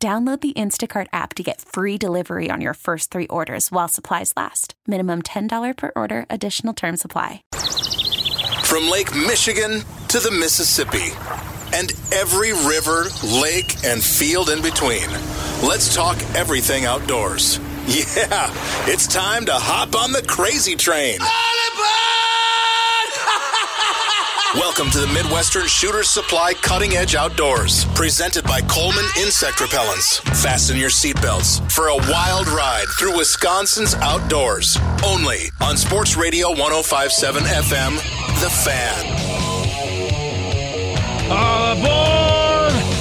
Download the Instacart app to get free delivery on your first three orders while supplies last. Minimum $10 per order, additional term supply. From Lake Michigan to the Mississippi and every river, lake, and field in between, let's talk everything outdoors. Yeah, it's time to hop on the crazy train. Welcome to the Midwestern Shooter's Supply Cutting Edge Outdoors, presented by Coleman Insect Repellents. Fasten your seatbelts for a wild ride through Wisconsin's outdoors, only on Sports Radio 1057 FM, The Fan. All aboard!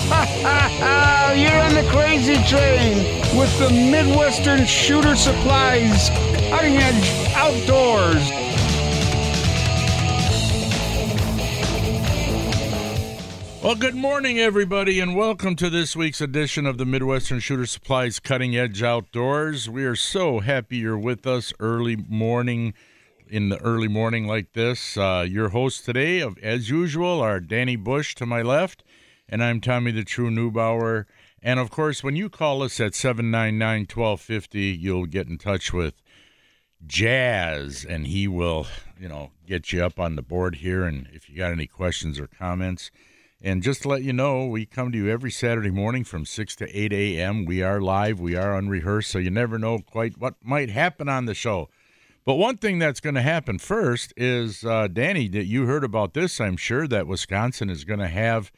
You're on the crazy train with the Midwestern Shooter Supplies Cutting Edge Outdoors. Well, good morning, everybody, and welcome to this week's edition of the Midwestern Shooter Supplies Cutting Edge Outdoors. We are so happy you're with us early morning, in the early morning like this. Uh, your hosts today, of as usual, are Danny Bush to my left, and I'm Tommy the True Newbauer. And of course, when you call us at 799 1250, you'll get in touch with Jazz, and he will, you know, get you up on the board here. And if you got any questions or comments, and just to let you know, we come to you every Saturday morning from 6 to 8 a.m. We are live, we are unrehearsed, so you never know quite what might happen on the show. But one thing that's going to happen first is, uh, Danny, that you heard about this, I'm sure, that Wisconsin is going to have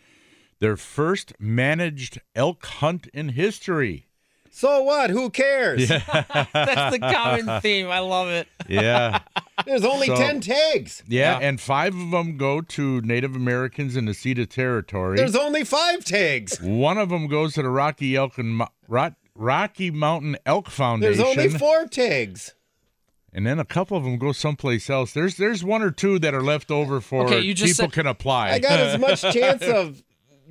their first managed elk hunt in history. So what? Who cares? That's the common theme. I love it. Yeah. There's only So- 10 tags. Yeah, Yeah. and five of them go to Native Americans in Cedar Territory. There's only five tags. One of them goes to the Rocky Elk and Mo- Ro- Rocky Mountain Elk Foundation. There's only four tags. And then a couple of them go someplace else. There's there's one or two that are left over for Okay, you just people said- can apply. I got as much chance of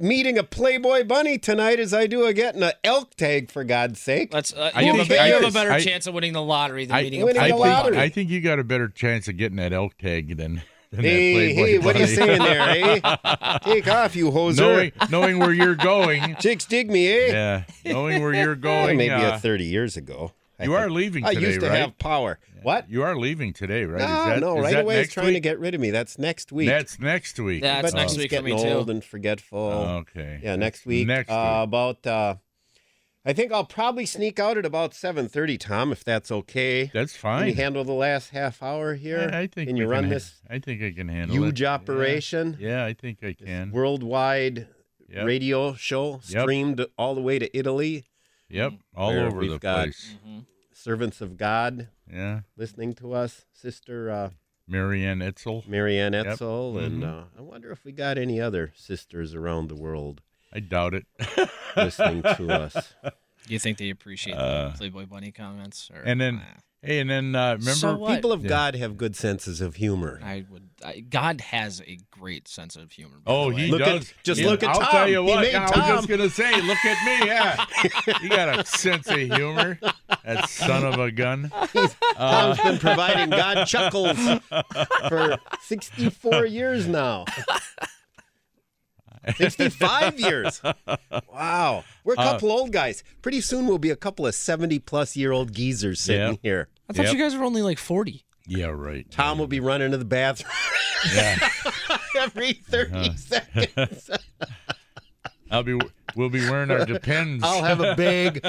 meeting a Playboy bunny tonight as I do of getting an elk tag, for God's sake. Let's. Uh, I you, think have a, be- you have a I- better I- chance of winning the lottery than I, meeting Winning the a I think, lottery. I think you got a better chance of getting that elk tag than, than hey, that Playboy hey, what are you bunny. saying there, eh? Take off, you hoser. knowing, knowing where you're going. Chicks dig me, eh? Yeah, knowing where you're Well, going. maybe uh, a 30 years ago. I you are think. leaving I today, used to right? have power. What? you are leaving today, right? No, is that, no, is right that away it's next trying week? to get rid of me. That's next week. That's next week. Oh, Yeah, That's but next he's week for getting me, too. old and forgetful. Okay. Yeah, next week. Next uh, week. about. Uh, I think I'll probably sneak out at about seven thirty, Tom, if that's okay. That's Can fine. you handle the last half hour here? I, I think Can we you run ha- this I think I can handle huge it. Yeah. operation, Yeah. I think I can. worldwide Yep. radio show Yep. streamed all the way to Italy? Yep. All where over we've the got- Mm-hmm. place. Servants of God Yeah. listening to us, Sister uh, Marianne Itzel. Marianne Yep. Etzel, and Mhm. uh, I wonder if we got any other sisters around the world I doubt it. listening to uh, us. You think they appreciate Uh, the Playboy Bunny comments? Or, and then- Hey, and then uh, remember, So what? People of Yeah. God have good senses of humor. Nah, I would. I, God has a great sense of humor. by Oh, the way. he Look at- does. just Yeah. look at I'll Tom. tell you He what. made I was Tom. just gonna say, look at me. Yeah, you got a sense of humor. That son of a gun. Tom's been providing God chuckles for 64 years now. 65 years. Wow. We're a couple old guys. Pretty soon we'll be a couple of 70 plus year old geezers sitting Yeah. here. I thought Yep. you guys were only like forty. Yeah, right. Tom will be running to the bathroom Yeah, every 30 seconds. I'll be. We'll be wearing our depends. I'll have a bag.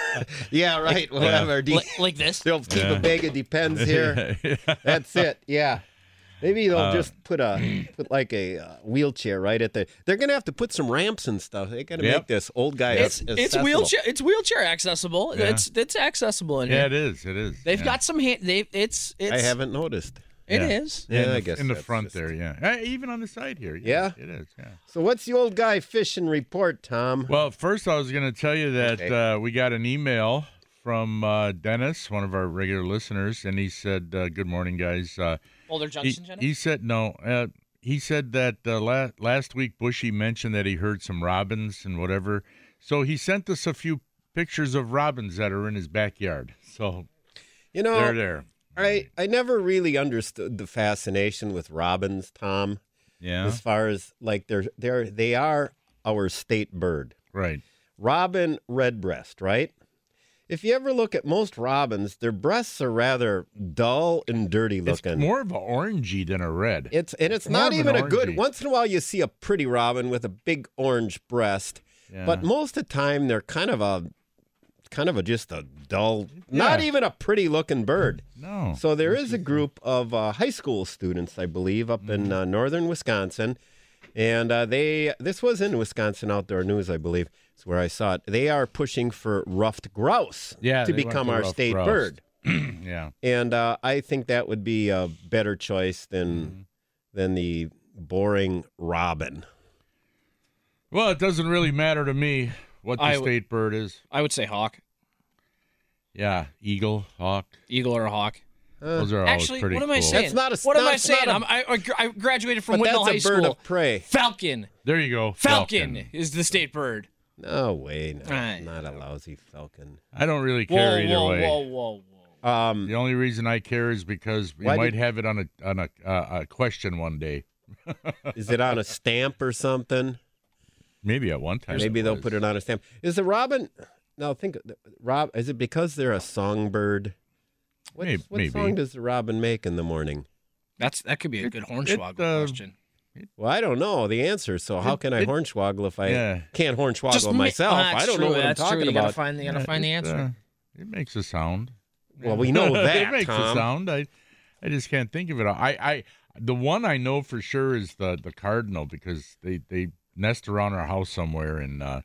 yeah, right. We'll Yeah. have our de- Li- like this. They'll keep Yeah. a bag of depends here. That's it. Yeah. Maybe they'll Uh, just put a put like a uh, wheelchair right at the. They're gonna have to put some ramps and stuff. They gotta Yep. make this old guy. It's ac- it's accessible. wheelchair. It's wheelchair accessible. Yeah. It's it's accessible in Yeah, here. it is. It is. They've Yeah. got some hand. They it's it's. I haven't noticed. It is. Yeah. Yeah, in I the, guess in the that's front just- there, yeah. Eh, even on the side here, Yeah? it is. Yeah. So what's the old guy fishing report, Tom? Well, first I was going to tell you that uh, we got an email from uh, Dennis, one of our regular listeners, and he said, uh, "Good morning, guys." Uh, Boulder he, Junction, Jenny. he said no. Uh, he said that uh, la- last week Bushy mentioned that he heard some robins and whatever, so he sent us a few pictures of robins that are in his backyard. So you know, they're there. I I never really understood the fascination with robins, Tom. Yeah. As far as like they're they're they are our state bird, right. robin redbreast, right? If you ever look at most robins, their breasts are rather dull and dirty looking. It's more of a orangey than a red. It's and it's More not of an even a good. orangey. Once in a while, you see a pretty robin with a big orange breast, but Yeah. most of the time they're kind of a, kind of a just a dull, not Yeah. even a pretty looking bird. no. So there is a group of uh, high school students, I believe, up Mm-hmm. in uh, northern Wisconsin, and uh, they this was in Wisconsin Outdoor News, I believe, is where I saw it. They are pushing for ruffed grouse Yeah, to they want become the our rough state grouse. bird yeah. and uh, I think that would be a better choice than than the boring robin. Well, it doesn't really matter to me what the I w- state bird is. I would say hawk, Yeah, eagle, hawk. eagle or a hawk. Those are always Actually, pretty what am I cool. saying? That's not a- What am not- I it's not saying? a- I'm- I, I gra- I graduated from But Windmill High that's a bird School. of prey. Falcon. There you go. Falcon, is the state bird. No way, no, Aye. not a lousy falcon. I don't really Whoa, care either whoa, way. whoa, whoa, whoa. Um, The only reason I care is because we Why might did- have it on a on a, uh, a question one day. is it on a stamp or something? Maybe at one time. Maybe they'll put it on a stamp. Is the robin? No, think rob. Is it because they're a songbird? What, Mayb- what maybe. song does the robin make in the morning? That's that could be a good hornswoggle uh, question. Well, I don't know the answer, so how can I it- hornswoggle if I Yeah. can't hornswoggle Just ma- myself? Oh, I that's don't know true, what that's I'm talking true. You gotta about. find, you gotta find the uh, answer. it makes a sound. Well, we know that, it makes Tom. a sound. I I just can't think of it. I I the one I know for sure is the the cardinal because they they nest around our house somewhere and. uh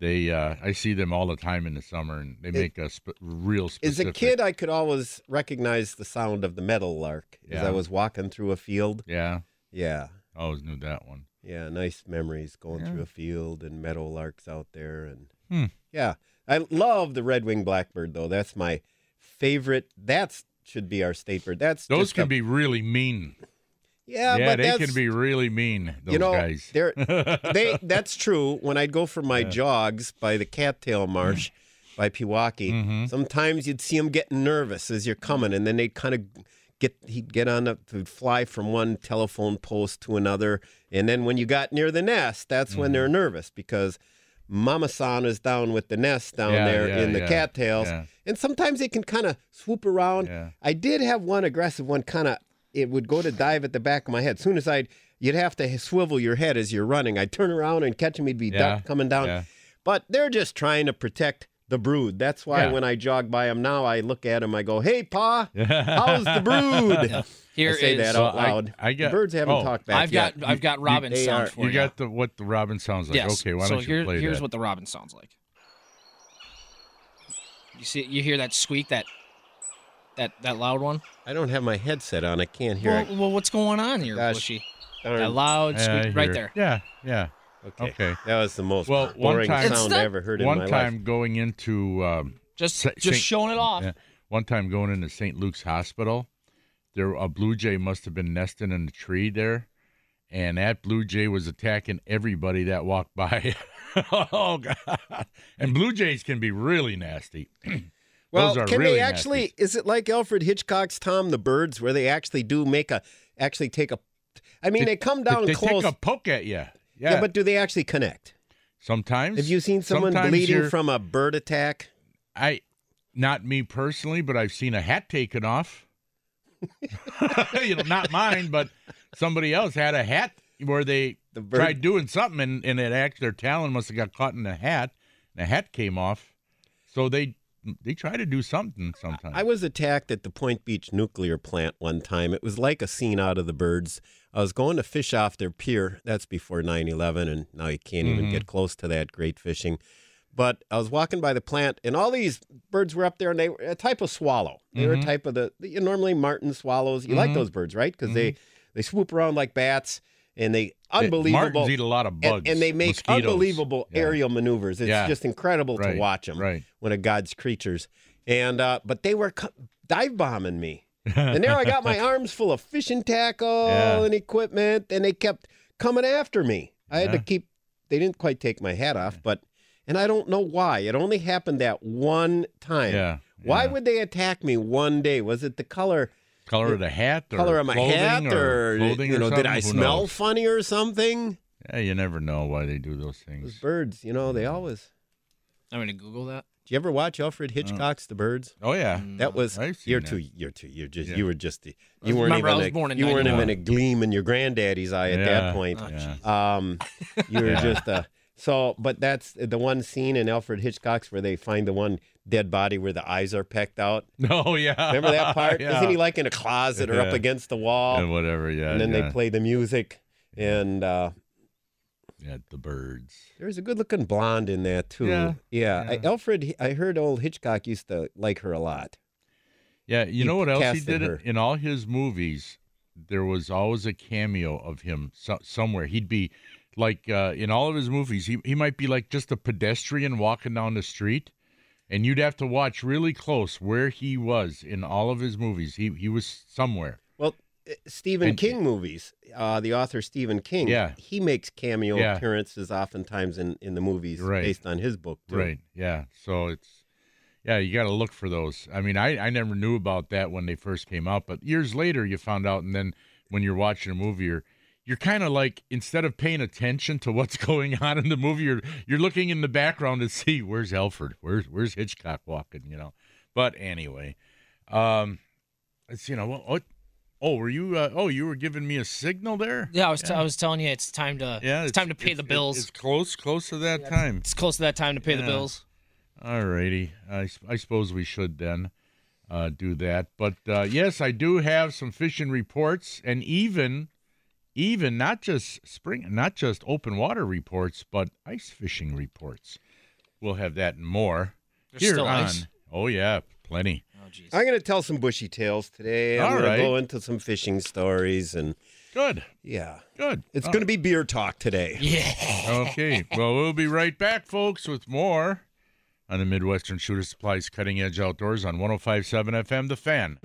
they, uh, I see them all the time in the summer, and they make a sp- real As specific. a kid, I could always recognize the sound of the meadow lark as Yeah. I was walking through a field. yeah, Yeah, I always knew that one. yeah, nice memories going Yeah. through a field and meadow larks out there, and Hmm. yeah, I love the red winged blackbird though. That's my favorite. That's should be our state bird. That's Those just can a- be really mean. yeah, yeah, but they that's, can be really mean. Those you know guys. they're they that's true. When I'd go for my jogs by the Cattail Marsh by Pewaukee, Mm-hmm. sometimes you'd see him getting nervous as you're coming, and then they'd kind of get he'd get on up to fly from one telephone post to another, and then when you got near the nest, that's when Mm-hmm. they're nervous because. Mama San is down with the nest down Yeah, there yeah, in the yeah, cattails. yeah. And sometimes they can kind of swoop around. Yeah. I did have one aggressive one kind of it would go to dive at the back of my head. Soon as I'd you'd have to swivel your head as you're running. I'd turn around and catch him, he'd be Yeah, duck coming down. yeah. But they're just trying to protect the brood. That's why Yeah. when I jog by him now, I look at him, I go, Hey Pa, how's the brood? Here I say is- that So out I- loud. I got- the birds haven't oh, talked back I've yet. got I've got Robin they sound are- for you you. got the what the robin sounds like. yes. Okay, why so don't you here, play here's that? what the Robin sounds like. You see, you hear that squeak, that that that loud one. I don't have my headset on. I can't hear Well, it. well, what's going on here, Gosh, Bushy? Darn. That loud Yeah, I squeak right hear there. it. Yeah, yeah. okay. okay. That was the most Well, one boring time- It's sound not- I ever heard in One my time life. going into um, Just Sa- just Saint- showing it off. yeah, one time going into St. Luke's Hospital, there a blue jay must have been nesting in a tree there, and that blue jay was attacking everybody that walked by. oh God! And blue jays can be really nasty. Well, Those are can really they actually? nasty. Is it like Alfred Hitchcock's Tom the Birds, where they actually do make a, actually take a, I mean, they, come down they, close. take a poke at you. Yeah, yeah. but do they actually connect? sometimes Have you seen someone sometimes bleeding you're- from a bird attack? I, not me personally, but I've seen a hat taken off. you know, not mine, but somebody else had a hat where they The bird- tried doing something and, and it act their talon must have got caught in the hat. And the hat came off, so they they try to do something sometimes. I was attacked at the Point Beach nuclear plant one time. It was like a scene out of the birds. I was going to fish Mm-hmm. off their pier. That's before 9 11, and now you can't even get close to that great fishing. But I was walking by the plant, and all these birds were up there, and they were a type of swallow. They were a Mm-hmm. type of the, the- normally martin swallows. You like those birds, right? Because they they swoop around like bats, and they unbelievable. Mm-hmm. Martins eat a lot of and- bugs. and, they make mosquitoes. unbelievable Yeah. aerial maneuvers. It's Yeah. just incredible Right, to watch them. right. One of God's creatures. And uh, but they were co- dive bombing me, and there I got my arms full of fishing tackle Yeah. and equipment, and they kept coming after me. I had to Yeah. keep. They didn't quite take my hat off, but and I don't know why. It only happened that one time. Yeah, Why yeah. would they attack me one day? Was it the color? Color of the hat, or color of my clothing hat, or, clothing you or know, did something? I Who smell knows? funny or something? Yeah, you never know why they do those Those things. birds, you know, they always. I'm gonna Google that. Did you ever watch Alfred Hitchcock's The Birds? Oh yeah, That was Oh. I've seen you're that. too you're too you're just Yeah. you were just the, was- you weren't remember, I even was a, born in you weren't 91. even a gleam in your granddaddy's eye at Yeah. that point. Oh, Yeah. Um, you were Yeah. just a so, but that's the one scene in Alfred Hitchcock's where they find the one dead body where the eyes are pecked out. Oh yeah. Remember that part? yeah. Isn't he like in a closet or up Yeah. against the wall? Yeah, whatever. Yeah. and then yeah. they play the music, and uh, Yeah, the birds. There's a good looking blonde in that too. Yeah, I, Alfred, I heard old Hitchcock used to like her a lot. Yeah, you know what else he casted did her. in all his movies? There was always a cameo of him so- somewhere. He'd be like uh, in all of his movies, he he might be like just a pedestrian walking down the street, and you'd have to watch really close where he was in all of his movies. He he was somewhere. Well, uh, Stephen And- King movies, uh, the author Stephen King, Yeah. he makes cameo Yeah. appearances oftentimes in, in the movies Right. based on his book too. Right. Yeah. So it's yeah, you got to look for those. I mean, I I never knew about that when they first came out, but years later you found out, and then when you're watching a movie, you're you're kind of like instead of paying attention to what's going on in the movie, you're you're looking in the background to see where's Alfred, where's where's Hitchcock walking, you know. But anyway, um, it's you know what. what Oh, were you? Uh, oh, you were giving me a signal there. Yeah, I was. T- I was telling you, it's time to. Yeah, it's, time to pay the it- bills. It's It's, close, close to that time. close to that time to pay Yeah. the bills. All righty. I, s- I suppose we should then uh, do that. But uh, yes, I do have some fishing reports and even even not just spring not just open water reports, but ice fishing reports. We'll have that and more. There's still ice? Oh yeah, plenty. Oh jeez. I'm going to tell some bushy tales today. I'm All going right. to go into some fishing stories and Good. yeah. Good. It's All going to be beer talk today. Yeah. okay. Well, we'll be right back, folks, with more on the Midwestern Shooter Supplies Cutting Edge Outdoors on 1057 FM The Fan.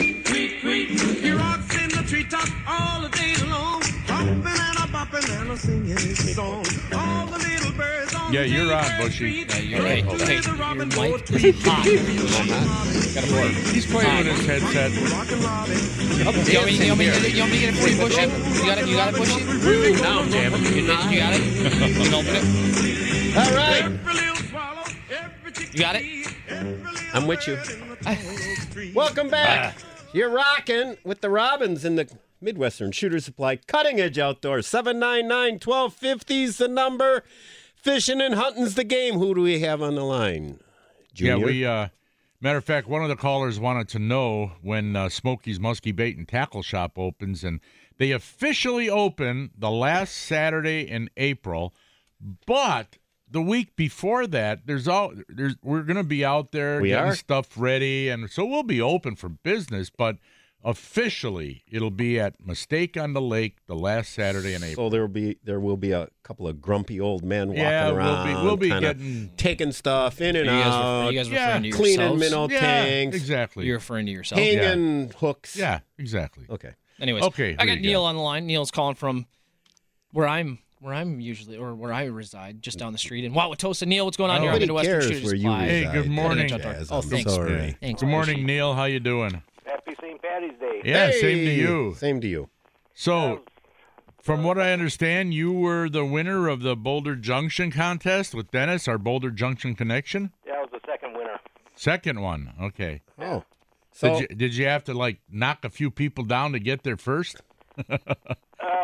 He rocks in the treetop all the day long, hopping and a bopping and a singing his song. All the little birds on Yeah, the you're on, neighbor's Bushy. street, Yeah, you're right. Oh. look to Hey, the your robin mic hood is tree. hot. Gotta work. Oh, He's playing with his headset. Rockin' Robin, You want me you want me to you want me to get it for you, Bushy? You got it? You got it, Bushy? No, damn it. You you got it? You can open it? All right. every little swallow, every chick You got it? I'm with you. you. Welcome back. You're rocking with the Robins in the Midwestern Shooter Supply Cutting Edge Outdoors. 799 1250 is the number. Fishing and hunting's the game. Who do we have on the line? Junior? Yeah, we. Uh, matter of fact, one of the callers wanted to know when uh, Smokey's Muskie Bait and Tackle Shop opens, and they officially open the last Saturday in April. But the week before that, there's all there's we're gonna be out there We getting are. stuff ready, and so we'll be open for business, but. Officially, it'll be at Mistake on the Lake the last Saturday in April. So there will be there will be a couple of grumpy old men walking Yeah, we'll be- around. we'll be kinda getting- taking stuff in You and guys, out, refer, you guys Yeah, referring to cleaning yourselves? minnow yeah, tanks, exactly. You're referring to yourself. hanging hooks. yeah, exactly. Okay. Anyways, Okay, I who got you Neil got? on the line. Neil's calling from where I'm where I'm usually or where I reside, just down the street in Wauwatosa. Neil, what's going on here on Nobody Midwestern cares Shooters? where you Supply? Oh. Hey, reside. good morning. Jazz, Oh, I'm thanks. sorry. Thanks. Good morning, Neil. How you doing? Happy St. Patty's Day. Yeah, same to Hey, you. Same to you. So, from what I understand, you were the winner of the Boulder Junction contest with Dennis, our Boulder Junction connection. That was the second winner. Second one. Okay. Oh. did So you did you have to like knock a few people down to get there first? Uh,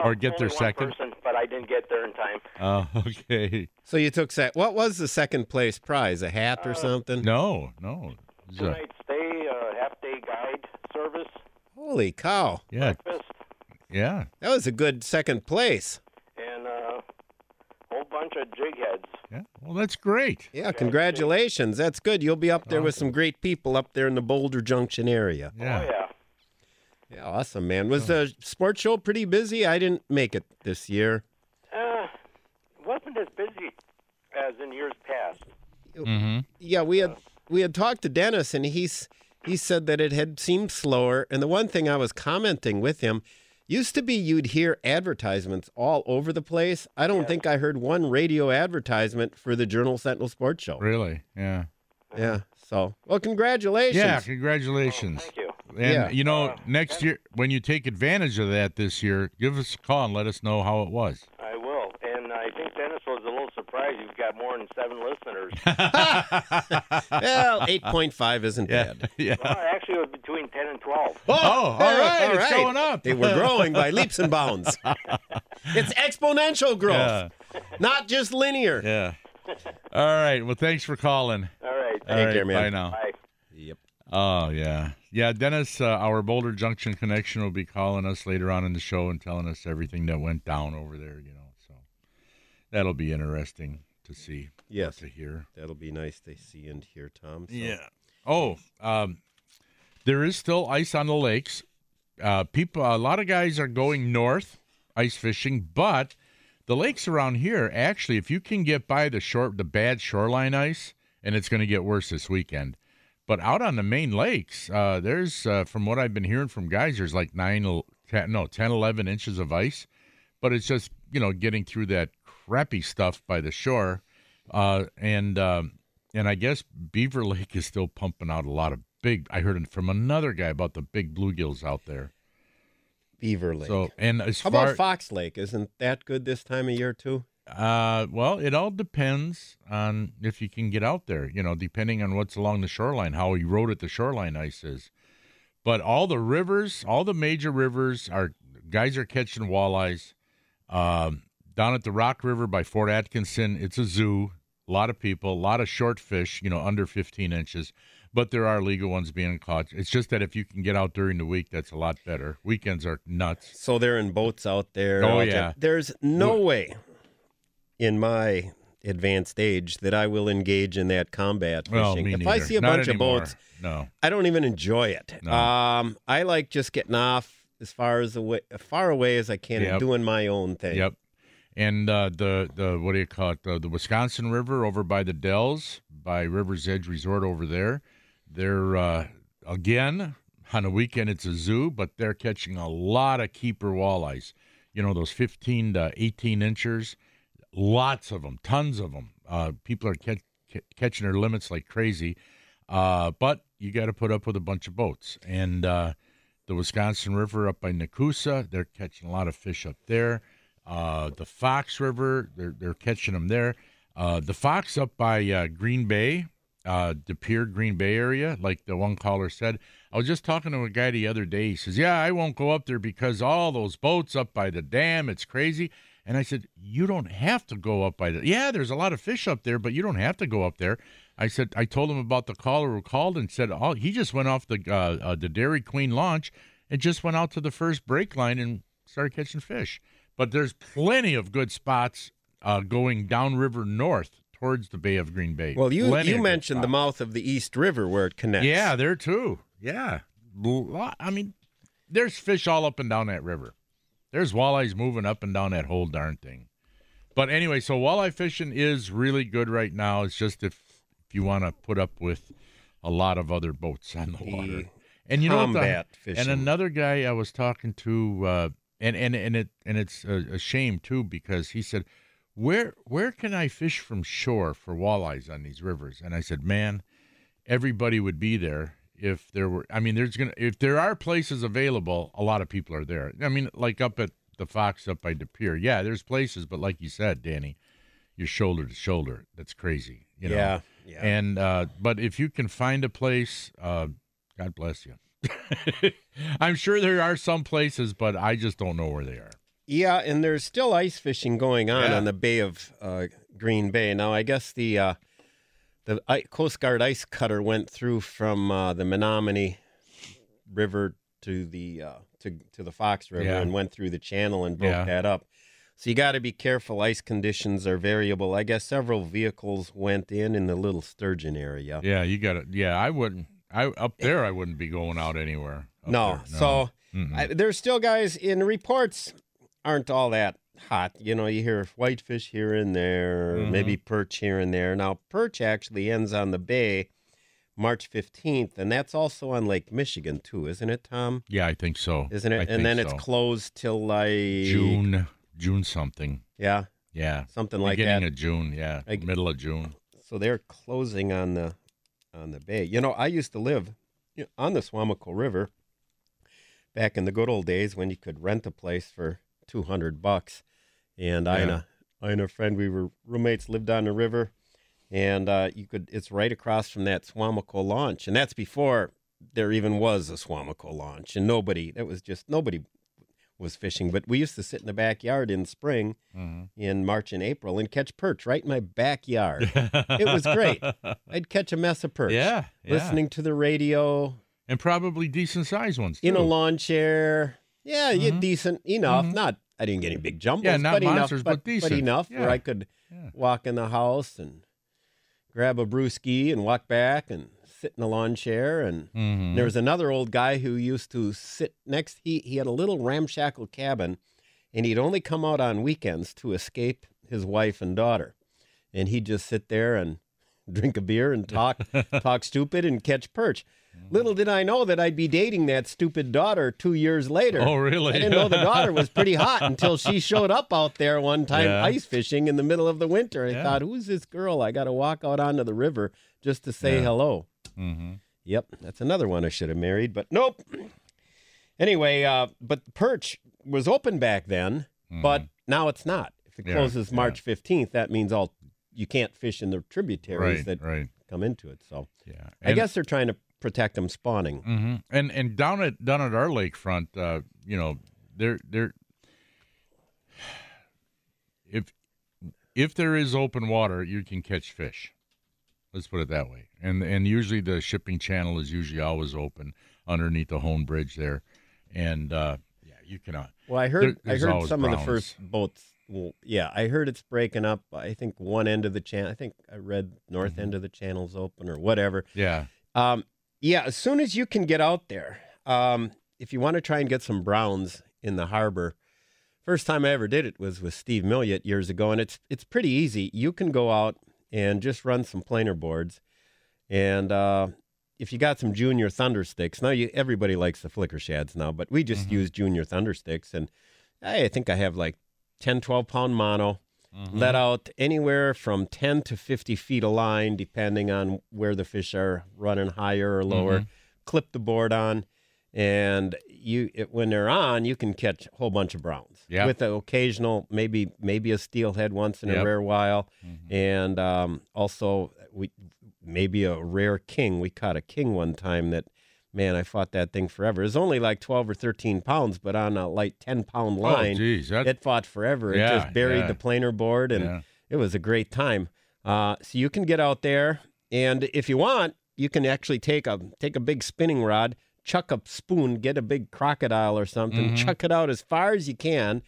Or get their only one second. Person, but I didn't get there in time. Uh, Oh, okay. So you took sec. What was the second place prize? Uh, A hat or something? No, no. It was Two a- night stay, uh, half day guide service, Holy cow. Yeah, breakfast yeah. That was a good second place. and a whole bunch of jig heads. Yeah. Well, that's great. Yeah, congratulations. That's good. You'll be up there with some great people up there in the Boulder Junction area. Oh yeah. Yeah, awesome, man. Was the sports show pretty busy? I didn't make it this year. Uh, wasn't as busy as in years past. Yeah, we had we had talked to Dennis, and he's he said that it had seemed slower. And the one thing I was commenting with him used to be you'd hear advertisements all over the place. I don't think I heard one radio advertisement for the Journal Sentinel Sports Show. Really. Yeah. Yeah. So, well, congratulations. Yeah. Oh, Congratulations. Thank Uh, you. And Yeah. you know, next year when you take advantage of that this year, give us a call and let us know how it was. I will. And I think Dennis was a little surprised you've got more than seven listeners. Uh, Well, eight point five isn't bad. yeah. well, actually, it was between 10 and 12. Oh, all All right, right, all it's right. going up. They were growing by leaps and bounds. it's exponential growth, Yeah. not just linear. Yeah. All right. Well, thanks for calling. All right. All Take right, care, man. Bye now. Bye. Yep. Oh yeah, yeah. Dennis, uh, our Boulder Junction connection will be calling us later on in the show and telling us everything that went down over there. You know, so that'll be interesting to see, Yes, to hear. that'll be nice to see and hear, Tom. So. Oh, um, there is still ice on the lakes. Uh, people, a lot of guys are going north ice fishing, but the lakes around here, actually, if you can get by the short, the bad shoreline ice, and it's going to get worse this weekend. But out on the main lakes, uh, there's, uh, from what I've been hearing from guys, there's like nine, el- 10, no, 10, 11 inches of ice. But it's just, you know, getting through that crappy stuff by the shore. Uh, and, um, and I guess Beaver Lake is still pumping out a lot of big. I heard from another guy about the big bluegills out there. Beaver Lake. So, and as How far about Fox Lake? Isn't that good this time of year too? Uh, well, it all depends on if you can get out there. You know, depending on what's along the shoreline, how eroded the shoreline ice is. But all the rivers, all the major rivers, are guys are catching walleyes. Um, down at the Rock River by Fort Atkinson, it's a zoo. A lot of people, a lot of short fish. You know, under 15 inches. But there are legal ones being caught. It's just that if you can get out during the week, that's a lot better. Weekends are nuts. So they're in boats out there. Oh, All that- yeah. There's no way in my advanced age that I will engage in that combat fishing. Well, me if neither. I see a Not bunch anymore. of boats, no. I don't even enjoy it. No. Um, I like just getting off as far as away, far away as I can Yep. and doing my own thing. Yep. And uh, the the what do you call it? The, the Wisconsin River over by the Dells, by River's Edge Resort over there. They're uh, again on a weekend. It's a zoo, but they're catching a lot of keeper walleyes. You know those fifteen to eighteen inchers. Lots of them, tons of them. Uh, people are catch, ca- catching their limits like crazy, uh, but you got to put up with a bunch of boats. And uh, the Wisconsin River up by Nakusa, they're catching a lot of fish up there. Uh, the Fox River, they're, they're catching them there. Uh, the Fox up by uh, Green Bay, uh, De Pere, Green Bay area, like the one caller said. I was just talking to a guy the other day. He says, Yeah, I won't go up there because all those boats up by the dam, it's crazy. And I said, You don't have to go up by the. Yeah, there's a lot of fish up there, but you don't have to go up there. I said, I told him about the caller who called and said, Oh, he just went off the, uh, uh, the Dairy Queen launch and just went out to the first break line and started catching fish. But there's plenty of good spots uh, going downriver north towards the Bay of Green Bay. Well, you Plenty of good you mentioned the spots. mouth of the East River where it connects. Yeah, there too. Yeah. Lo- I mean, there's fish all up and down that river. There's walleyes moving up and down that whole darn thing. But anyway, so walleye fishing is really good right now. It's just if if you want to put up with a lot of other boats on the water. And you know what the- combat fishing. And another guy I was talking to uh and and and it and it's a, a shame too because he said, "Where where can I fish from shore for walleyes on these rivers?" And I said, "Man, everybody would be there if there were i mean there's gonna if there are places available a lot of people are there i mean like up at the fox up by de Pere, yeah there's places but like you said danny you're shoulder to shoulder that's crazy you know Yeah, yeah. and uh but if you can find a place uh god bless you i'm sure there are some places but i just don't know where they are Yeah, and there's still ice fishing going on Yeah. on the Bay of uh, Green Bay. Now, I guess the uh, the I- Coast Guard ice cutter went through from uh, the Menominee River to the uh, to to the Fox River Yeah. and went through the channel and broke Yeah. that up. So you got to be careful. Ice conditions are variable. I guess several vehicles went in in the Little Sturgeon area. Yeah, you got to Yeah, I wouldn't. I up there, I wouldn't be going out anywhere. up No, there, so Mm-mm. I, there's still guys in reports aren't all that hot. You know, you hear whitefish here and there, Mhm. maybe perch here and there. Now, perch actually ends on the bay March 15th, and that's also on Lake Michigan, too, isn't it, Tom? yeah, I think so. Isn't I it? think and then so. it's closed till like June, June something. Yeah, Yeah, something like beginning that. of June. Yeah, Like- middle of June. so they're closing on the on the bay. You know, I used to live you know, on the Swamico River back in the good old days when you could rent a place for two hundred bucks. And I and a I and a friend we were roommates lived on the river, and uh, you could it's right across from that Swamico launch, and that's before there even was a Swamico launch, and nobody that was just nobody was fishing. But we used to sit in the backyard in spring, Mm-hmm. in March and April, and catch perch right in my backyard. it was great. I'd catch a mess of perch. Yeah, yeah. Listening to the radio and probably decent sized ones. in a too. lawn chair. Yeah, you decent enough. Not I didn't get any big jumbles. Mm-hmm. Yeah, not but monsters, enough, but but, decent. enough Yeah. where I could Yeah. walk in the house and grab a brewski and walk back and sit in a lawn chair and Mhm. there was another old guy who used to sit next. He he had a little ramshackle cabin, and he'd only come out on weekends to escape his wife and daughter, and he'd just sit there and drink a beer and talk talk stupid and catch perch. Mm. Little did I know that I'd be dating that stupid daughter two years later. Oh, really? I didn't know the daughter was pretty hot until she showed up out there one time Yeah. ice fishing in the middle of the winter. And Yeah. I thought, who's this girl? I got to walk out onto the river just to say Yeah. hello. Mhm. Yep, that's another one I should have married, but nope. Anyway, uh, but Perch was open back then, but now it's not. If it Mm-hmm. Yeah, closes yeah. March fifteenth, that means all you can't fish in the Right, tributaries that right. come into it. So Yeah, I And- guess they're trying to protect them spawning. hmm And and down at down at our lakefront, uh, you know, there there if if there is open water, you can catch fish. Let's put it that way. And and usually the shipping channel is usually always open underneath the Hone Bridge there, and uh, yeah, you cannot. Well, I heard There- there's I heard always some of the browns. first boats. Well, yeah, I heard it's breaking up. I think one end of the channel. I think I read north Mm-hmm. end of the channel's open or whatever. Yeah, Um, yeah, as soon as you can get out there, um, if you want to try and get some browns in the harbor, first time I ever did it was with Steve Milliot years ago, and it's it's pretty easy. You can go out and just run some planer boards, and uh, if you got some junior thunder sticks, now you everybody likes the flicker shads now, but we just use junior thunder sticks, and I, I think I have like 10, 12 pound mono Mm-hmm. Mm-hmm. let out anywhere from 10 to 50 feet of line, depending on where the fish are running higher or lower. Mm-hmm. Clip the board on, and you it, when they're on, you can catch a whole bunch of browns. Yeah. With the occasional, maybe maybe a steelhead once in Yep. a rare while, Mm-hmm. and um, also we maybe a rare king. We caught a king one time that. Man, I fought that thing forever. It was only like twelve or thirteen pounds, but on a light ten pound Oh, line, geez, that, it fought forever. Yeah, it just buried yeah. the planer board, and Yeah. it was a great time. Uh, so you can get out there, and if you want, you can actually take a take a big spinning rod, chuck a spoon, get a big crocodile or something, Mm-hmm. chuck it out as far as you can,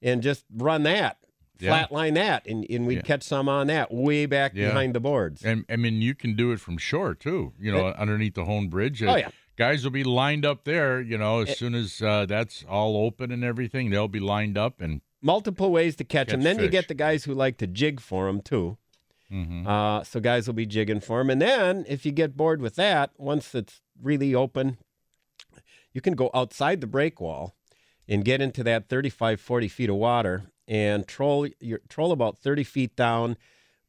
and just run that, Yeah. flatline that, and, and we'd Yeah. catch some on that way back Yeah. behind the boards. and I mean you can do it from shore too. You know, underneath the Hone Bridge. Uh, Oh, yeah. Guys will be lined up there, you know, as soon as uh, that's all open and everything, they'll be lined up and multiple ways to catch, them. Catch Then you fish. get the guys who like to jig for them too. Uh, so guys will be jigging for them, and then if you get bored with that, once it's really open, you can go outside the break wall and get into that 35, 40 feet of water and troll your troll about 30 feet down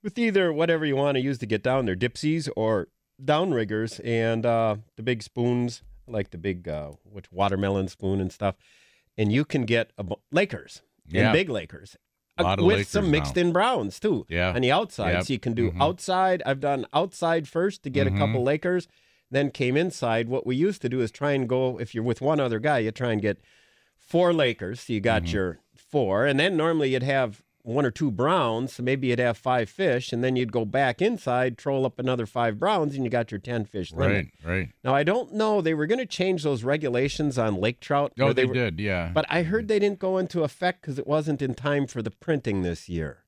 with either whatever you want to use to get down there, dipsies or downriggers and uh, the big spoons, like the big uh, which watermelon spoon and stuff. And you can get a bu- Lakers Yeah. and big Lakers. A lot of with Lakers some mixed now. in browns too Yeah. on the outside. Yep. So you can do Mhm. outside. I've done outside first to get Mhm. a couple Lakers, then came inside. What we used to do is try and go, if you're with one Mm-hmm. other guy, you try and get four Lakers. So you got your four. And then normally you'd have one or two browns, so maybe you'd have five fish, and then you'd go back inside, troll up another five browns, and you got your ten fish limit. Right, right. Now I don't know they were going to change those regulations on lake trout. Oh, where they, were- did, yeah. but I heard they didn't go into effect because it wasn't in time for the printing this year.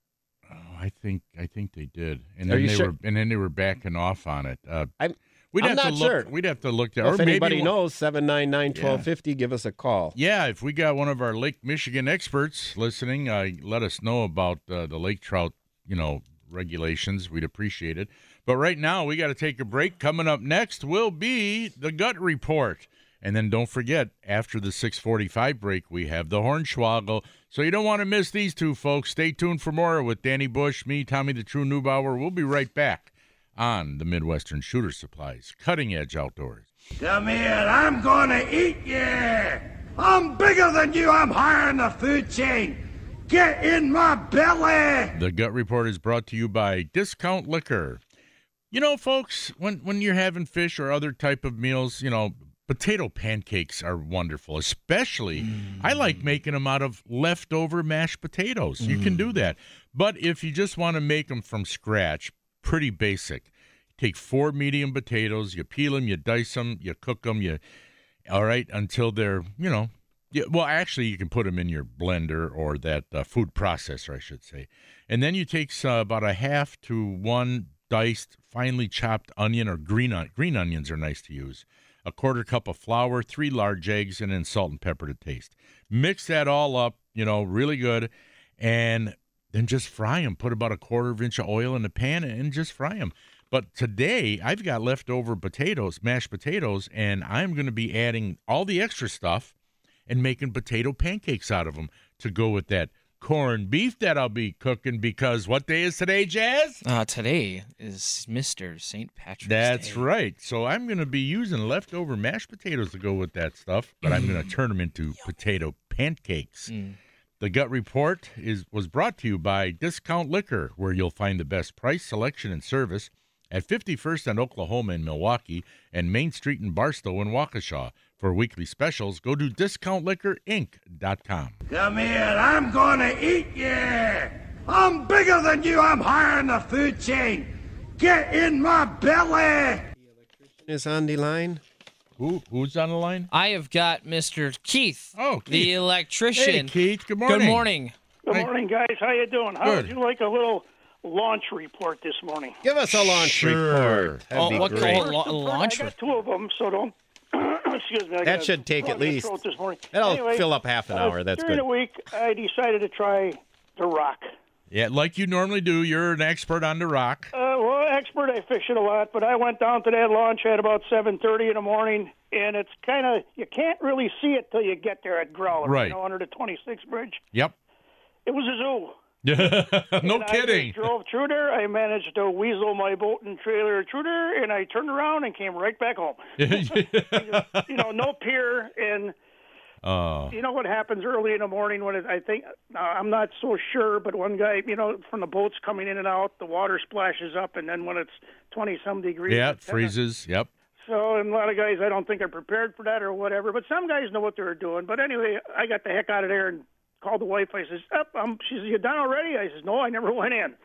Oh, I think I think they did, and Are then you they sure? were and then they were backing off on it. Uh, I'm- we'd I'm have to not look. sure. We'd have to look that. if or anybody maybe, knows, 799 1250, give us a call. Yeah, if we got one of our Lake Michigan experts listening, uh, let us know about uh, the lake trout, you know, regulations. We'd appreciate it. But right now, we got to take a break. Coming up next will be the gut report. And then don't forget, after the 645 break, we have the Hornswoggle. So you don't want to miss these two folks. Stay tuned for more with Danny Bush, me, Tommy the True Newbauer. We'll be right back on the Midwestern Shooter Supplies Cutting Edge Outdoors. Come here, I'm gonna eat you. I'm bigger than you. I'm higher in the food chain. Get in my belly. The Gut Report is brought to you by Discount Liquor. You know, folks, when when you're having fish or other type of meals, you know, potato pancakes are wonderful. Especially, I like making them out of leftover mashed potatoes. You can do that, but if you just want to make them from scratch, pretty basic. Take four medium potatoes, you peel them, you dice them, you cook them, you all right until they're you know yeah, well actually you can put them in your blender or that uh, food processor i should say and then you take uh, about a half to one diced finely chopped onion or green on- green onions are nice to use a quarter cup of flour three large eggs and then salt and pepper to taste mix that all up you know really good and then just fry them. Put about a quarter of inch of oil in the pan and just fry them. But today I've got leftover potatoes, mashed potatoes, and I'm going to be adding all the extra stuff and making potato pancakes out of them to go with that corned beef that I'll be cooking. Because what day is today, Jazz? Uh, today is Mr. St. Patrick's That's Day. right. So I'm going to be using leftover mashed potatoes to go with that stuff, but I'm going to turn them into potato pancakes. The Gut Report is was brought to you by Discount Liquor, where you'll find the best price, selection, and service at 51st and Oklahoma in Milwaukee and Main Street in Barstow and Waukesha. For weekly specials, go to discountliquorinc.com. Come here, I'm gonna eat you. I'm bigger than you. I'm higher in the food chain. Get in my belly. Is on the line? Who who's on the line? I have got Mr. Keith, Oh, the Keith. Hey, electrician. Keith. Good morning. Good morning. Good Hey. morning, guys. How you doing? How would Good. you like a little launch report this morning? Give us a launch Sure. report. That'd be what great. oh, la- launch? I got two of them, so don't. Excuse me. I got a should take frog at in my least- throat This morning. That'll Anyway, fill up half an uh, hour. That's during good. the week, I decided to try the rock. Yeah, like you normally do. You're an expert on the rock. Uh, well, expert, I fish it a lot, but I went down to that launch at about 7:30 in the morning, and it's kind of you can't really see it till you get there at Growler, Right. you know, under the 26th bridge. Yep. It was a zoo. no And I kidding. just drove through there. I managed to weasel my boat and trailer through there, and I turned around and came right back home. you know, no pier, and Oh, you know what happens early in the morning when it, I think uh, I'm not so sure, but one guy, you know, from the boats coming in and out, the water splashes up, and then when it's 20 some degrees, yeah, it's kinda- freezes. Yep. So, and a lot of guys, I don't think are prepared for that or whatever. But some guys know what they're doing. But anyway, I got the heck out of there and called the wife. I says, "Up, um," she says, "You done already?" I says, "No, I never went in."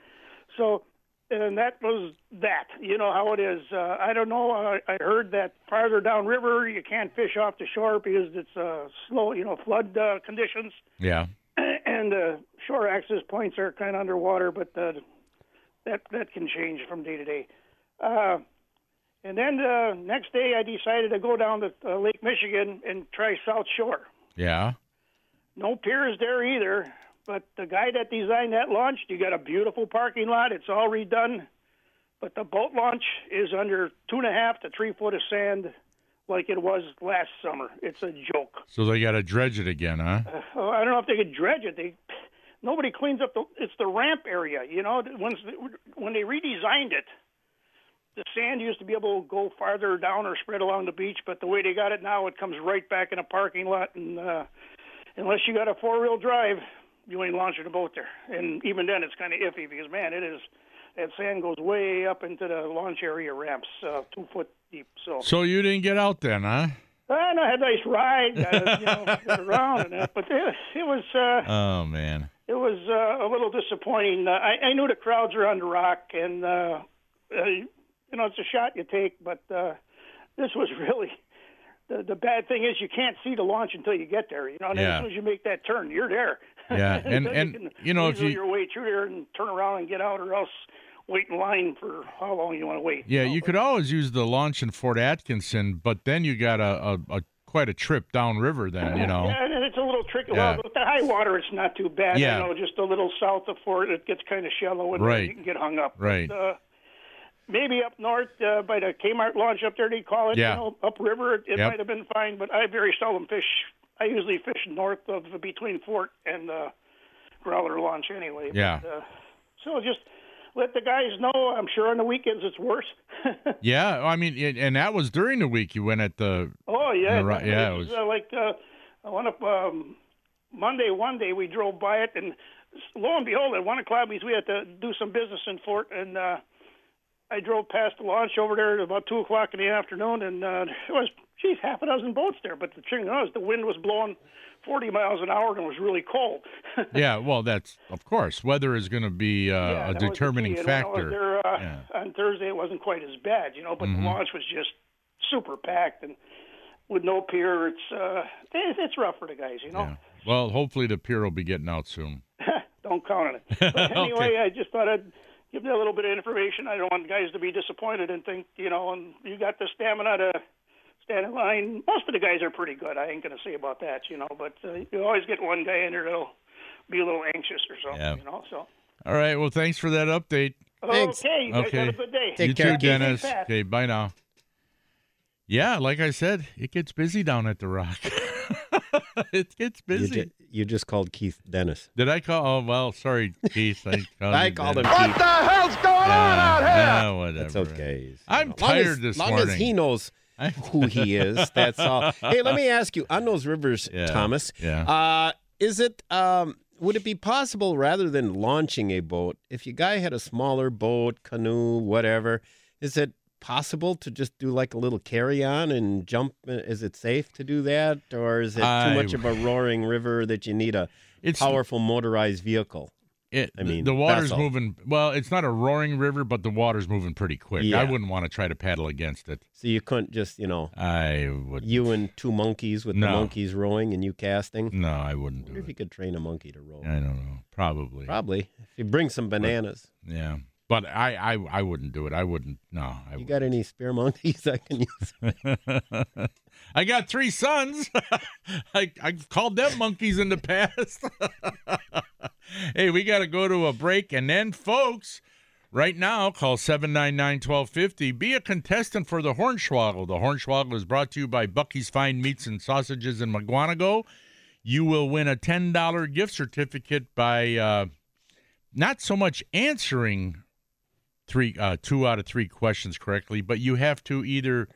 So, and that was that. You know how it is. Uh, I don't know. I, I heard that farther downriver you can't fish off the shore because it's uh, slow. You know, flood uh, conditions Yeah. and uh, shore access points are kind of underwater, but uh, that that can change from day to day. Uh, and then uh, next day, I decided to go down to uh, Lake Michigan and try South Shore. Yeah. No piers there either. But the guy that designed that launch, you got a beautiful parking lot. It's all redone. But the boat launch is under two and a half to three foot of sand, like it was last summer. It's a joke. So they got to dredge it again, huh? Oh, I don't know if they could dredge it. They nobody cleans up the it's the ramp area. You know, once when they redesigned it, the sand used to be able to go farther down or spread along the beach, but the way they got it now, it comes right back in a parking lot. And uh, unless you got a four wheel drive, you ain't launching a boat there. And even then, it's kind of iffy because man, it is that sand goes way up into the launch area ramps, uh, two foot deep. So. So you didn't get out then, huh? And I had a nice ride, uh, you know, around and that, but it, it was uh, Oh man. It was uh, a little disappointing. Uh, I, I knew the crowds were on the rock, and uh, uh, you know it's a shot you take, but uh, this was really. The, the bad thing is you can't see the launch until you get there. You know, and Yeah. as soon as you make that turn, you're there. Yeah, and- Then and, can you know, if weasel you- your way through there and turn around and get out, or else wait in line for how long you want to wait. Yeah, you could always use the launch in Fort Atkinson, but then you got a, a, a quite a trip downriver. Then you know. Yeah, and and it's a little tricky. Yeah. Well, with the high water, it's not too bad. Yeah. You know, just a little south of Fort, it gets kind of shallow and Right. you can get hung up. Right. But, uh, maybe up north uh, by the Kmart launch up there, they call it. Yeah. You know, upriver, it, it Yep. might have been fine, but I very seldom fish. I usually fish north of between Fort and uh, Growler launch anyway. Yeah. But, uh, so just let the guys know. I'm sure on the weekends it's worse. Yeah, I mean, and- and that was during the week you went at the. Oh yeah, Yeah, right, definitely. yeah, it It's, was- uh, like uh, one of um, Monday. One day we drove by it, and s- lo and behold, at one o'clock we we had to do some business in Fort, and uh, I drove past the launch over there at about two o'clock in the afternoon, and uh, it was geez half a dozen boats there. But the thing was, the wind was blowing forty miles an hour, and it was really cold. Yeah, well, that's of course. Weather is going to be uh, Yeah, a that was the determining key. And when I was factor. there, uh, Yeah. Mm-hmm. On Thursday, it wasn't quite as bad, you know, but the launch was just super packed and with no pier. It's uh, it- it's rough for the guys, you know. Yeah. Well, hopefully the pier will be getting out soon. Don't count on it. But anyway, I just thought I'd give you a little bit of information. I don't want guys to be disappointed and think, you know, and you got the stamina to stand in line. Most of the guys are pretty good. I ain't going to say about that, you know, but uh, you always get one guy in there that'll be a little anxious or something, Yeah. you know. So All right. Well, thanks for that update. Thanks. okay, you guys Okay. have a good day. Take you too, care, Keith. Dennis. Stay fast. Okay, bye now. Yeah, like I said, it gets busy down at the Rock. it gets You, busy. ju- you just called Keith Dennis. Did I call? Oh well, sorry, Keith. I called, I you called him Dennis. Keith. Yeah, yeah, whatever. That's okay. I'm Long as- tired this long morning. as he knows who he is, that's all. Hey, let me ask you on those rivers, Yeah, Thomas. yeah. Uh, is it? Um, would it be possible rather than launching a boat, if you guy had a smaller boat, canoe, whatever, is it possible to just do like a little carry-on and jump? Uh, Is it safe to do that, or is it I- too much of a roaring river that you need a It's- powerful motorized vehicle? It, I mean, the water's vessel. moving. Well, it's not a roaring river, but the water's moving pretty quick. I Yeah. wouldn't want to try to paddle against it. So you couldn't just, you know, I would. you and two monkeys with No. the monkeys rowing and you casting. No, I wouldn't do wonder if you it. could train a monkey to row. I don't know. Probably. Probably. If you bring some bananas. Yeah. But I, I, I wouldn't do it. I wouldn't. No. I You wouldn't. got any spare monkeys I can use? I got three sons. I, I've called them monkeys in the past. hey, we got to go to a break. And then, folks, right now, call 799 1250. Be a contestant for the Hornschwaggle. The Hornschwaggle is brought to you by Bucky's Fine Meats and Sausages in McGuanago. You will win a $10 gift certificate by uh, not so much answering three uh, two out of three questions correctly, but you have to either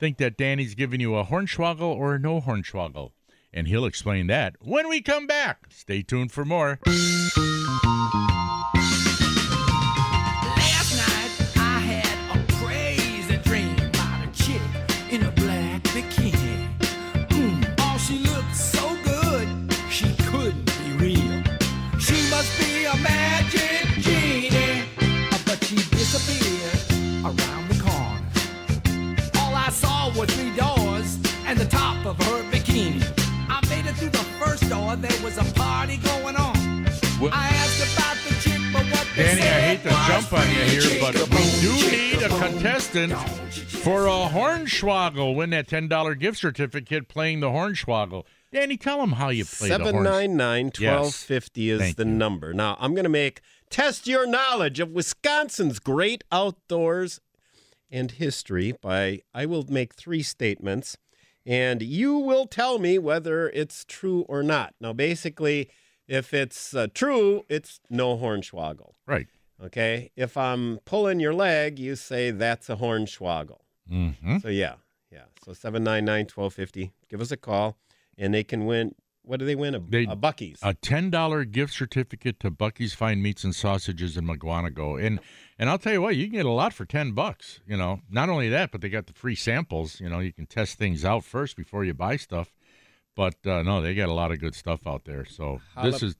think that Danny's giving you a hornschwaggle or no hornschwaggle. And he'll explain that when we come back. Stay tuned for more. Last night I had a crazy dream about a chick in a black bikini. Mm, oh, she looked so good, she couldn't be real. She must be a magic genie. Uh, But she disappeared around the corner. All I saw were three doors and the top of her bikini. I made it through the first door, there was a party going on. I asked about the chick, but what they Danny, I said hate to was jump on you here, but we do need a Chick-a-boom, contestant for a hornschwaggle. Win that $10 gift certificate playing the hornschwaggle. Danny, tell them how you play the horn. 799 1250 is Thank the you. number. Now, I'm going to make test your knowledge of Wisconsin's great outdoors and history by I will make three statements and you will tell me whether it's true or not. Now, basically, if it's uh, true, it's no hornschwaggle. Right. Okay. If I'm pulling your leg, you say that's a hornschwaggle. hmm So yeah, yeah. So 799-1250. Give us a call, and they can win. What do they win? A, They- a Bucky's. A ten dollar gift certificate to Bucky's Fine Meats and Sausages in McGuanago, and and I'll tell you what, you can get a lot for ten bucks. You know, not only that, but they got the free samples. You know, you can test things out first before you buy stuff. But uh, no, they got a lot of good stuff out there. So this Jalap- is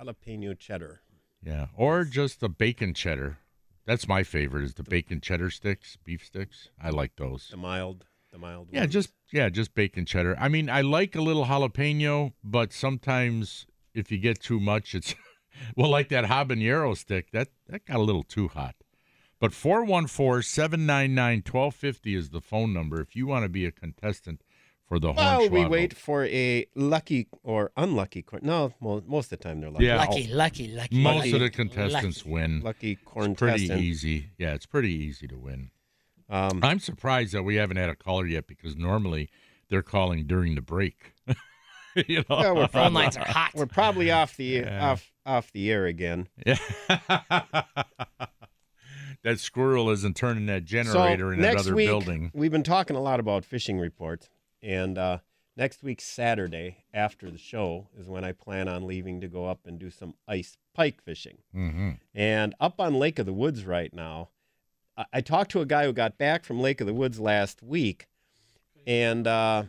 jalapeno cheddar. Yeah, or just the bacon cheddar. That's my favorite is the bacon cheddar sticks, beef sticks. I like those. The mild, the mild. Yeah, ones. just yeah, just bacon cheddar. I mean, I like a little jalapeno, but sometimes if you get too much, it's well, like that habanero stick. That that got a little too hot. But 414-799-1250 is the phone number if you want to be a contestant for the Well, we Hornswoggle. wait for a lucky or unlucky corn. No, mo- most of the time they're lucky. Yeah. Lucky, lucky, lucky. Most lucky, of the contestants lucky. win. Lucky corn It's pretty easy. Yeah, it's pretty easy to win. Um, I'm surprised that we haven't had a caller yet because normally they're calling during the break. you know? yeah, we're, Phone probably, lines are hot. we're probably off the off off the air again. Yeah. that squirrel isn't turning that generator so in next another week, building. We've been talking a lot about fishing reports, and uh, next week Saturday after the show is when I plan on leaving to go up and do some ice pike fishing. Mm-hmm. And up on Lake of the Woods right now, I, I talked to a guy who got back from Lake of the Woods last week, and uh,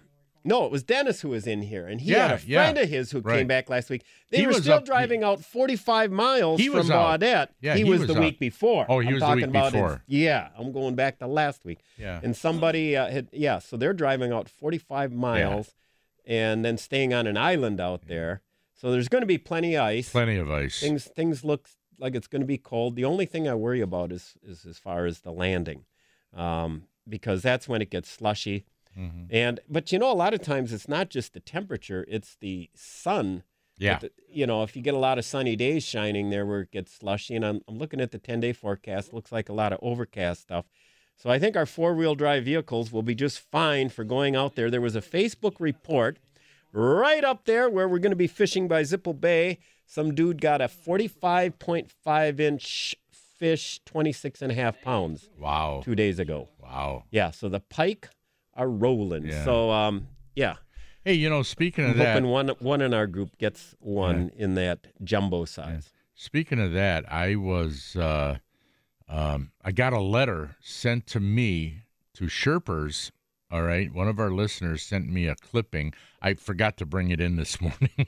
no, it was Dennis who was in here, and he had Yeah, a yeah. friend of his who Right. came back last week. They He were was still up- driving out 45 miles He from was out. Baudette. Yeah, he, he was, was the out. week before. Oh, he I'm was the talking week about in- before. yeah, I'm going back to last week. Yeah. And somebody uh, had, yeah, so they're driving out 45 miles and then staying on an island out there. So there's going to be plenty of ice. Plenty of ice. Things things look like it's going to be cold. The only thing I worry about is is as far as the landing, um, because that's when it gets slushy. Mhm. And but you know, a lot of times it's not just the temperature; it's the sun. Yeah. But the- you know, if you get a lot of sunny days shining there where it gets slushy, and I'm, I'm looking at the 10 day forecast, looks like a lot of overcast stuff. So I think our four wheel drive vehicles will be just fine for going out there. There was a Facebook report right up there where we're going to be fishing by Zipple Bay. Some dude got a 45.5 inch fish, 26 and a half pounds Wow. two days ago. Wow. Yeah, so the pike are rolling. Yeah. So, um, yeah. Hey, you know, speaking of I'm that, hoping one one in our group gets one in that jumbo size. Speaking of that, I was uh, um, I got a letter sent to me to Sherpers. All right, one of our listeners sent me a clipping. I forgot to bring it in this morning,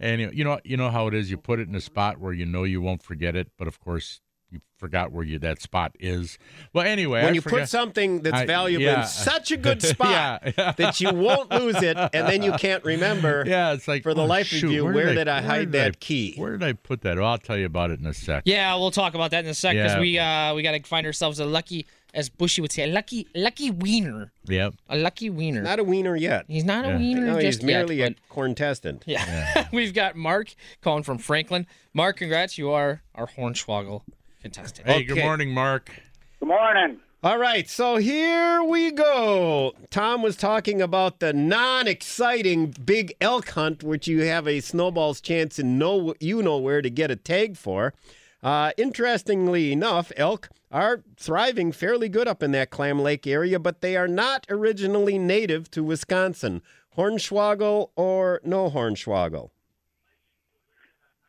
and you- you know you know how it is. You put it in a spot where you know you won't forget it, but of course you forgot where you that spot is. Well, anyway, When I you forgot- put something that's I- valuable yeah. in such a good spot Yeah. that you won't lose it, and then you can't remember. yeah, it's like for the oh, life shoot, of you, where, did I where hide did I- that key? Where did I put that? Oh, I'll tell you about it in a sec. Yeah, we'll talk about that in a sec because Yeah. we uh we gotta find ourselves a lucky, as Bushy would say, a lucky lucky wiener, Yep. a lucky wiener. Not a wiener yet. he's not Yeah. a wiener No, just he's merely yet. a contestant. but- yeah, we've got Mark calling from Franklin. Mark, congrats, you are our Hornswoggle contestant. Hey, good Okay. morning, Mark. Good morning. All right, so here we go. Tom was talking about the non-exciting big elk hunt, which you have a snowball's chance and know you know where to get a tag for. Uh, interestingly enough, elk are thriving fairly good up in that Clam Lake area, but they are not originally native to Wisconsin. Hornschwagel or no Hornschwagel?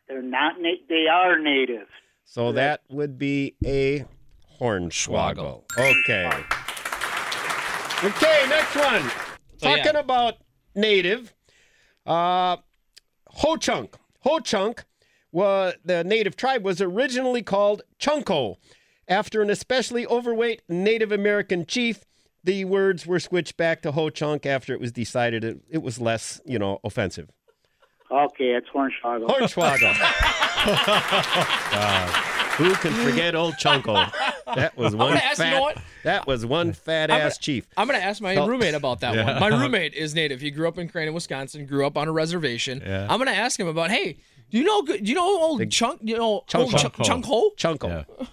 They're not. Na- they are native. So that would be a hornswoggle. Okay. Okay, next one. So, yeah. Talking about native, uh, Ho Chunk. Ho Chunk, was, the native tribe, was originally called Chunko. After an especially overweight Native American chief, the words were switched back to Ho Chunk after it was decided it, it was less, you know, offensive. Okay, it's Hornswoggle. Hornswoggle. Uh, Who can forget old Chunko? That was one gonna ask you fat. know what? That was one fat gonna- ass chief. I'm gonna ask my So- roommate about that one. My roommate is native. He grew up in Crandon, Wisconsin. Grew up on a reservation. Yeah. I'm gonna ask him about. Hey, do you know? Do you know old chunk? You know old Chunko. chunk, chunk hole? Chunko, the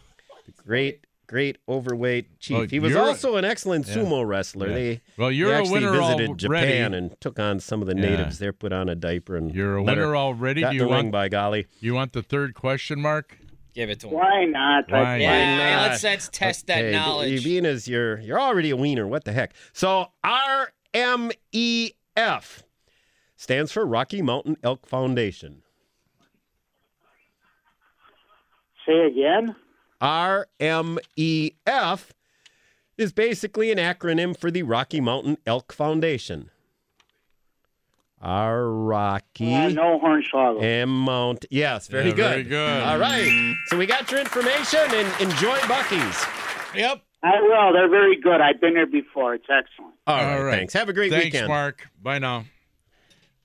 great, great overweight chief. Well, he was you're a- also an excellent sumo wrestler. Yeah. They Well, you're they a actually winner visited already. Japan and took on some of the Yeah. natives there, put on a diaper and You're a let her- winner already. Got Do you the ring want- by golly. You want the third question mark? Give it to him. Why not? I Why think- Yeah, not? let's let's test that Okay, knowledge. Being as you're you're already a wiener. What the heck? So R M E F stands for Rocky Mountain Elk Foundation. Say again. R M E F is basically an acronym for the Rocky Mountain Elk Foundation. are Rocky Uh, no hornswoggle. and Mount. Yes, very Yeah, good. very good. All right. So we got your information and enjoy Bucky's. Yep. I will. They're very good. I've been there before. It's excellent. All right. Thanks. Have a great Thanks, weekend. Mark. Bye now.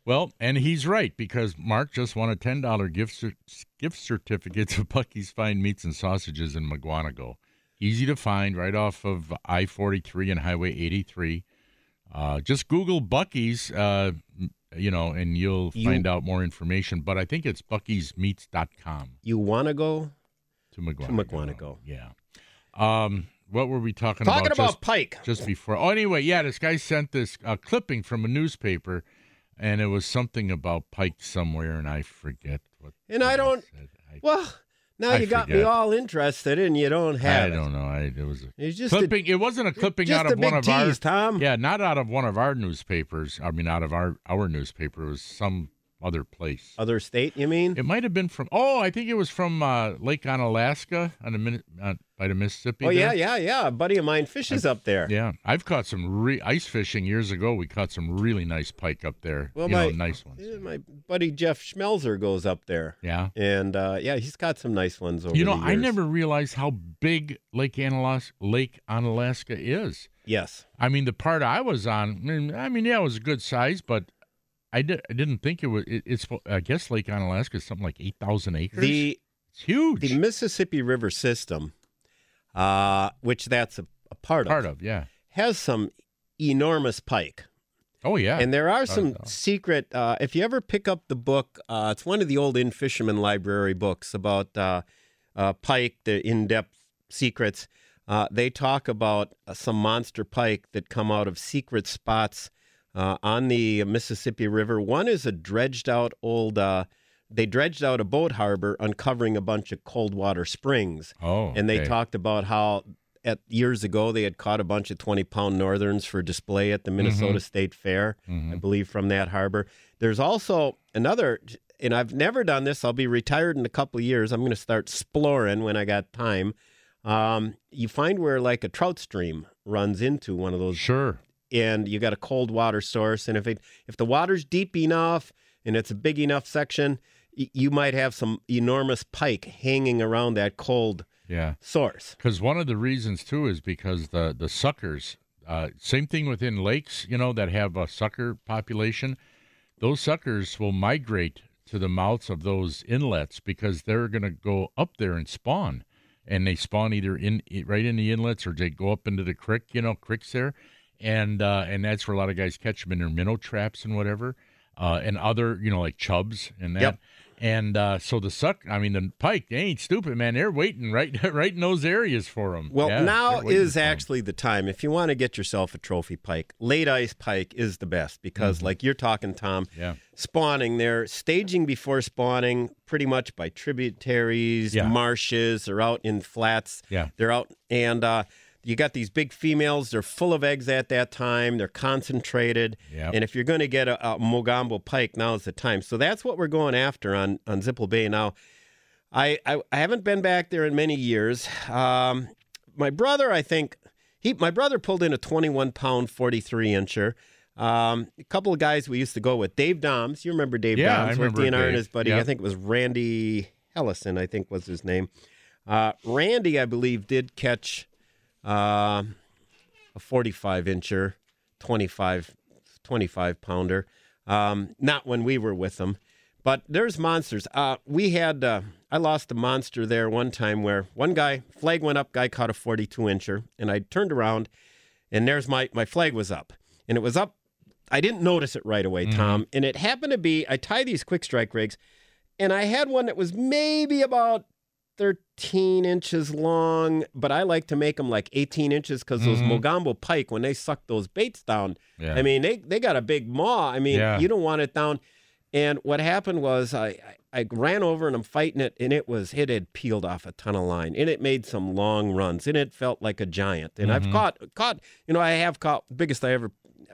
Well, and he's right because Mark just won a ten dollar gift cer- gift certificate to Bucky's Fine Meats and Sausages in McGuanago. Easy to find, right off of I forty three and Highway eighty three. Uh, just Google Bucky's, uh, m- you know, and you'll You- find out more information. But I think it's Bucky'sMeats.com You want to go? to McGuanago. McGuanago. yeah. Um, what were we talking, Talking about, Just- Pike. just before. Oh, anyway, yeah, this guy sent this uh, clipping from a newspaper, and it was something about Pike somewhere, and I forget what. And I what don't- said. I, Well, now I you got me forget. all interested and you don't I have it. don't know. I, it was a It's just a- clipping. it wasn't a clipping just out a of one big of tease, our. Tom. Yeah, not out of one of our newspapers. I mean, out of our our newspaper. It was some other place. Other state, you mean? It might have been from. Oh, I think it was from uh, Lake Onalaska on the Min- uh, by the Mississippi. Oh, there. yeah, yeah, yeah. A buddy of mine fishes up there. Yeah, I've caught some re- ice fishing years ago. We caught some really nice pike up there. Well, you know, my- nice ones. Yeah, My buddy Jeff Schmelzer goes up there. Yeah. And uh, yeah, he's got some nice ones over You know, the I years. never realized how big Lake Analas- Lake Onalaska is. Yes. I mean, the part I was on, I mean, I mean yeah, it was a good size, but I, di- I didn't think it was. It, it's, I guess Lake Onalaska is something like 8,000 acres. The it's huge. the Mississippi River system, uh, which that's a, a part, part of, of, yeah. has some enormous pike. Oh, yeah. And there are some Part of- secret. Uh, if you ever pick up the book, uh, it's one of the old In Fisherman Library books about uh, uh, pike, the in-depth secrets. Uh, they talk about uh, some monster pike that come out of secret spots uh, on the Mississippi River. One is a dredged out old. Uh, they dredged out a boat harbor, uncovering a bunch of cold water springs. Oh, And they okay. talked about how at years ago they had caught a bunch of 20 pound northerns for display at the Minnesota State Fair, I believe, from that harbor. There's also another, and I've never done this. I'll be retired in a couple of years. I'm going to start exploring when I got time. Um, you find where like a trout stream runs into one of those Sure. and you got a cold water source and if it if the water's deep enough and it's a big enough section y- you might have some enormous pike hanging around that cold Yeah. source Because one of the reasons too is because the the suckers. Uh, same thing within lakes, you know, that have a sucker population. Those suckers will migrate to the mouths of those inlets because they're going to go up there and spawn, and they spawn either in i- right in the inlets or they go up into the creek, you know, creeks there, and uh, and that's where a lot of guys catch them in their minnow traps and whatever, uh, and other you know like chubs and that. Yep. And uh, so the suck, I mean the pike, they ain't stupid, man. They're waiting right, right in those areas for them. well now is actually the time if you want to get yourself a trophy pike late ice pike is the best because like you're talking tom Mm-hmm. Yeah. spawning they're staging before spawning pretty much by tributaries Yeah. marshes they're out in flats Yeah. They're out, and uh, you got these big females. They're full of eggs at that time. They're concentrated. Yep. And if you're going to get a, a Mogambo pike, now's the time. So that's what we're going after on on Zipple Bay now. I, I, I haven't been back there in many years. Um, my brother, I think he my brother pulled in a 21 pound 43 incher. Um, a couple of guys we used to go with, Dave Doms. You remember Dave Yeah, I Doms? with remember DNR Dave. and his buddy. Yep. I think it was Randy Hellison. I think was his name. Uh, Randy, I believe, did catch uh, a 45 incher, 25, 25 pounder. Um, not when we were with them, but there's monsters. Uh, we had, uh, I lost a monster there one time where one guy, flag went up, guy caught a 42 incher, and I turned around and there's my, my flag was up. And it was up, I didn't notice it right away, Tom. And it happened to be, I tie these quick strike rigs, and I had one that was maybe about 13 inches long, but I like to make them like 18 inches because those Mogambo pike, when they suck those baits down, Yeah. I mean, they, they got a big maw. I mean, Yeah. you don't want it down. And what happened was I, I, I ran over and I'm fighting it, and it was, it had peeled off a ton of line, and it made some long runs, and it felt like a giant. And Mm-hmm. I've caught, caught, you know, I have caught, biggest I ever,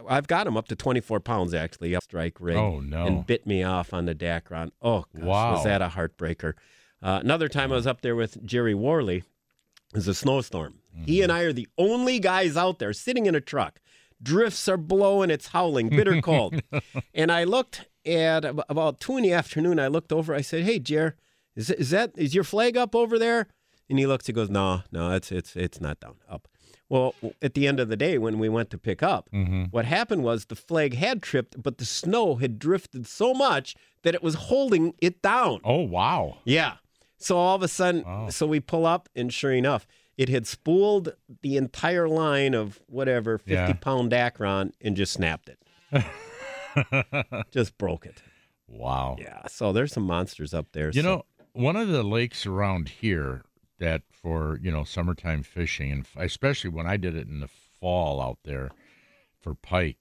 I've got them up to 24 pounds actually, up strike rig. Oh, no. And bit me off on the Dacron. Oh, gosh, Wow. was that a heartbreaker? Uh, another time I was up there with Jerry Warley. It was a snowstorm. He and I are the only guys out there sitting in a truck Drifts are blowing. It's howling, bitter cold. and I looked at ab- about two in the afternoon. I looked over. I said, "Hey, Jer, is, is that is your flag up over there?" And he looks. He goes, "No, no, it's it's it's not down. Up." Well, w- at the end of the day, when we went to pick up, what happened was the flag had tripped, but the snow had drifted so much that it was holding it down. Oh wow. Yeah. So all of a sudden, so we pull up, and sure enough, it had spooled the entire line of whatever 50 Yeah. pound Dacron and just snapped it. just broke it. Wow. Yeah. So there's some monsters up there. You so- know, one of the lakes around here that for, you know, summertime fishing, and f- especially when I did it in the fall out there for pike,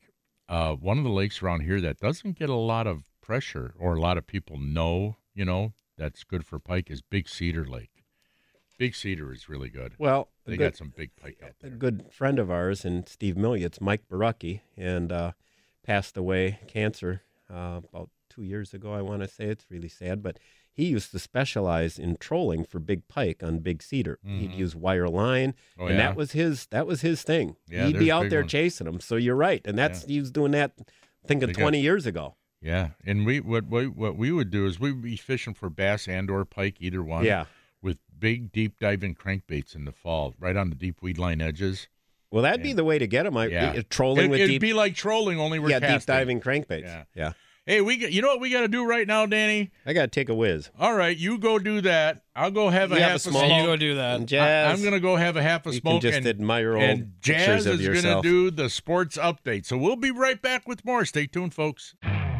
uh, one of the lakes around here that doesn't get a lot of pressure or a lot of people know, you know, that's good for pike is Big Cedar Lake. Big Cedar is really good. well, a they good- got some big pike out a there. good friend of ours and Steve Milliot's Mike Barucki, and uh, passed away cancer uh, about two years ago. I want to say it's really sad, but he used to specialize in trolling for big pike on big cedar. He'd use wire line, Mm-hmm. Oh, and yeah. that was his that was his thing. Yeah, He'd there's be out big there ones. chasing them. So you're right, and that's he was doing that. Thinking They got- 20 years ago. Yeah, and we what we, what we would do is we'd be fishing for bass and or pike, either one. Yeah. with big deep diving crankbaits in the fall, right on the deep weed line edges. Well, that'd be the way to get them. I, eh, Yeah. Trolling it, with it'd deep, be like trolling, only we're yeah, deep casting. diving crankbaits. Yeah. yeah. Hey, we got, you know what we got to do right now, Danny? I got to take a whiz. All right, you go do that. I'll go have a You have half a a smoke? smoke. You go do that. Jazz. I, am gonna go have a half a You smoke can just and, admire old and Jazz pictures of is gonna yourself. do the sports update. So we'll be right back with more. Stay tuned, folks.